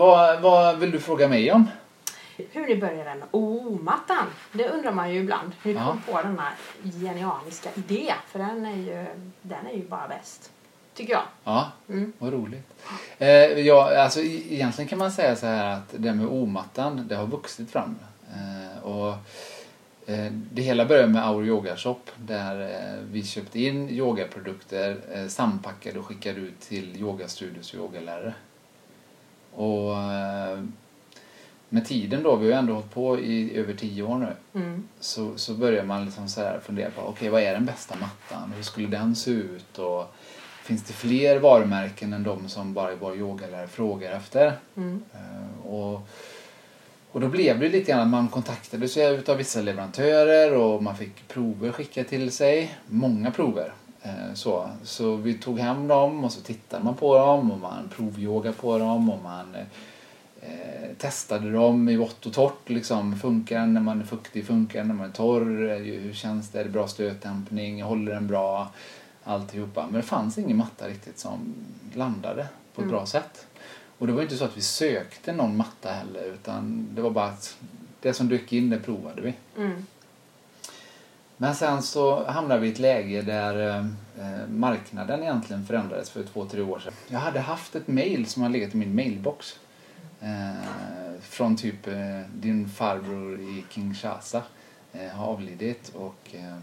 Vad, vad vill du fråga mig om? Hur det började med O-mattan. Det undrar man ju ibland. Hur du Ja. kom på denna genialiska idé. För den är ju, den är ju bara bäst. Tycker jag. Ja, Mm. vad roligt. Eh, ja, alltså, e- egentligen kan man säga så här att det med omattan, det har vuxit fram. Eh, och, eh, det hela började med Our Yoga Shop där eh, vi köpte in yogaprodukter eh, sampackade och skickade ut till yogastudios och yogalärare. Och eh, med tiden då, vi har ju ändå hållit på i över tio år nu Mm. så, så börjar man liksom så här fundera på okej vad är den bästa mattan? Hur skulle den se ut? Och finns det fler varumärken än de som bara vår yogalärare frågar efter? Mm. Eh, Och, och då blev det lite grann att man kontaktade sig utav vissa leverantörer och man fick prover skickade till sig. Många prover. Eh, Så, så vi tog hem dem och så tittade man på dem och man provyoga på dem och man eh, eh, testade dem i vått och torrt. Liksom. Funkar den när man är fuktig? Funkar den när man är torr? Eh, Hur känns det? Är det bra stötdämpning? Håller den bra? Alltihopa. Men det fanns ingen matta riktigt som landade på ett bra sätt. Och det var ju inte så att vi sökte någon matta heller utan det var bara att det som dök in det provade vi. Mm. Men sen så hamnade vi i ett läge där eh, marknaden egentligen förändrades för två, tre år sedan. Jag hade haft ett mail som hade legat i min mailbox. Eh, från typ eh, din farbror i Kinshasa eh, har avlidit och eh,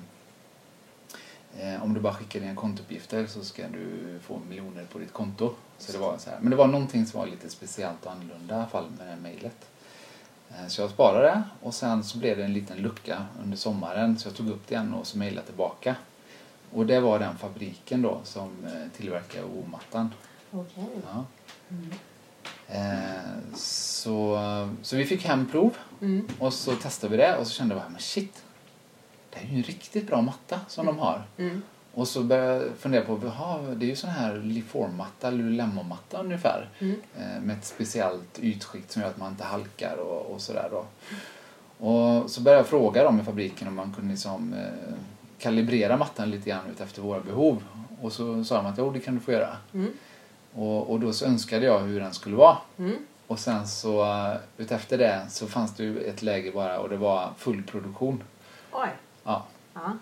eh, om du bara skickar dina kontouppgifter så ska du få miljoner på ditt konto. Så det var så här. Men det var någonting som var lite speciellt och annorlunda i alla fall med det här mejlet. Eh, Så jag sparade det och sen så blev det en liten lucka under sommaren så jag tog upp det igen och så mejlade tillbaka. Och det var den fabriken då som eh, tillverkar O-mattan. Okej. Ja. Mm, Eh, Så, så vi fick hem prov Mm. och så testade vi det och så kände jag bara, men shit, det här är ju en riktigt bra matta som de har. Mm. Och så började jag fundera på, jaha, det är ju sån här Liform-matta, Lululemon-matta ungefär. Mm. Eh, Med ett speciellt ytskikt som gör att man inte halkar och, och sådär då. Och så började jag fråga dem i fabriken om man kunde liksom, eh, kalibrera mattan lite grann efter våra behov. Och så sa de att jo, det kan du få göra. Mm. Och, och då så önskade jag hur den skulle vara. Mm. Och sen så eh, utefter det så fanns det ju ett läge bara och det var full produktion. Oj. Ja. Ja.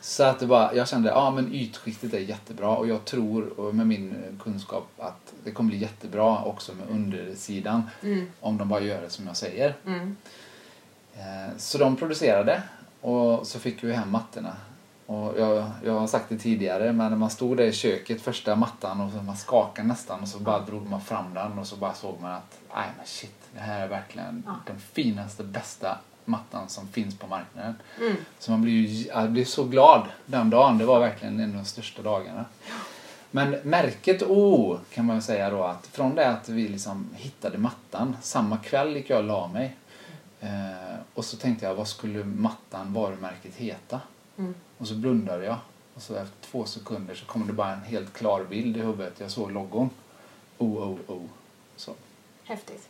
Så att det bara, jag kände ja men ytskiktet är jättebra och jag tror och med min eh, kunskap att det kommer bli jättebra också med undersidan Mm. om de bara gör det som jag säger. Mm. Eh, Så de producerade och så fick vi hem mattorna. Och jag, jag har sagt det tidigare men när man stod där i köket första mattan och så man skakade nästan och så bara drog man fram den och så bara såg man att nej men shit det här är verkligen Ja. den finaste bästa mattan som finns på marknaden. Mm. Så man blev, ju, jag blev så glad den dagen. Det var verkligen en av de största dagarna. Men märket O kan man ju säga då att från det att vi liksom hittade mattan, samma kväll gick jag och la mig. Eh, och så tänkte jag, vad skulle mattan, varumärket heta? Mm. Och så blundade jag. Och så efter två sekunder så kom det bara en helt klar bild i huvudet. Jag såg logon. O, O, O. Så. Häftigt.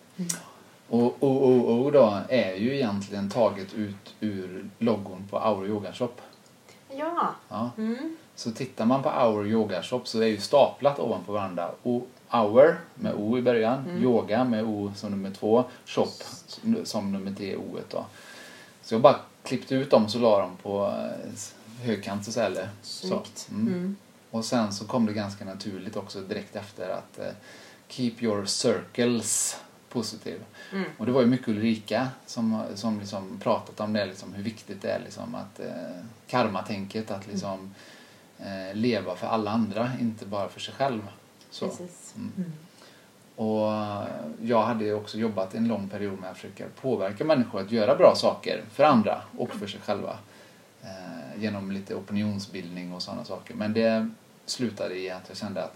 Och OOO då är ju egentligen taget ut ur logon på Our Yoga Shop. Ja. Ja. Mm. Så tittar man på Our Yoga Shop så är ju staplat ovanpå varandra. O, hour med O i början, yoga med O som nummer två, shop som- som nummer tre O -et då. Så jag bara klippte ut dem så la dem på eh, s- högkant så här, eller så. Snyggt. Mm. Mm. Och sen så kom det ganska naturligt också direkt efter att eh, keep your circles positiv. Mm. Och det var ju mycket Ulrika som, som liksom pratat om det, liksom, hur viktigt det är liksom, att eh, karmatänket, att liksom, eh, leva för alla andra, inte bara för sig själv. Så. Precis. Mm. Mm. Och eh, jag hade ju också jobbat en lång period med att försöka påverka människor att göra bra saker för andra och för sig själva. Eh, genom lite opinionsbildning och sådana saker. Men det slutade i att jag kände att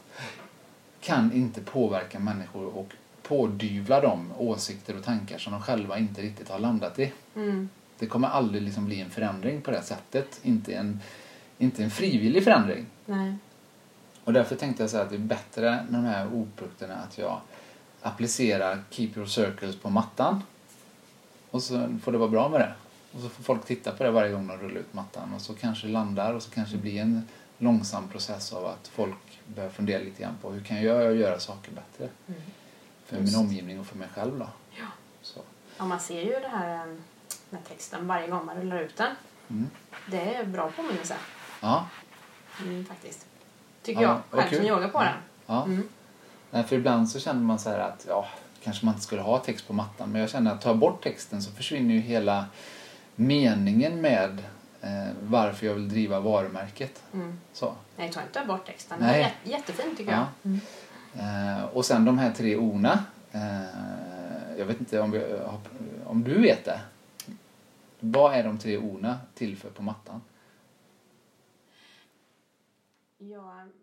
kan inte påverka människor och pådyvla dem åsikter och tankar som de själva inte riktigt har landat i. Mm. Det kommer aldrig liksom bli en förändring på det här sättet. Inte en, inte en frivillig förändring. Nej. Och därför tänkte jag så här att det är bättre med de här oprodukterna att jag applicerar Keep Your Circles på mattan. Och så får det vara bra med det. Och så får folk titta på det varje gång de rullar ut mattan. Och så kanske det landar och så kanske det blir en långsam process av att folk börjar fundera lite grann på hur kan jag göra saker bättre? Mm. För för Just. min omgivning och för mig själv. Då. Ja. Så. Ja, man ser ju det här eh, med texten varje gång man rullar ut den. Mm. Det är bra påminnelse Ja, mm, faktiskt. Tycker Ja, jag, vad själv som kul. yogar på den. ja. Mm. Nej, för ibland så känner man så här att ja, kanske man inte skulle ha text på mattan. Men jag känner att tar jag bort texten så försvinner ju hela meningen med eh, varför jag vill driva varumärket. Mm. Så. Nej, ta inte bort texten. Nej. Det är jät- jättefint tycker Ja. jag. Mm. Eh, och sen de här tre orna. Eh, jag vet inte om, vi, har- om du vet det. Vad är de tre orna till för på mattan? Jag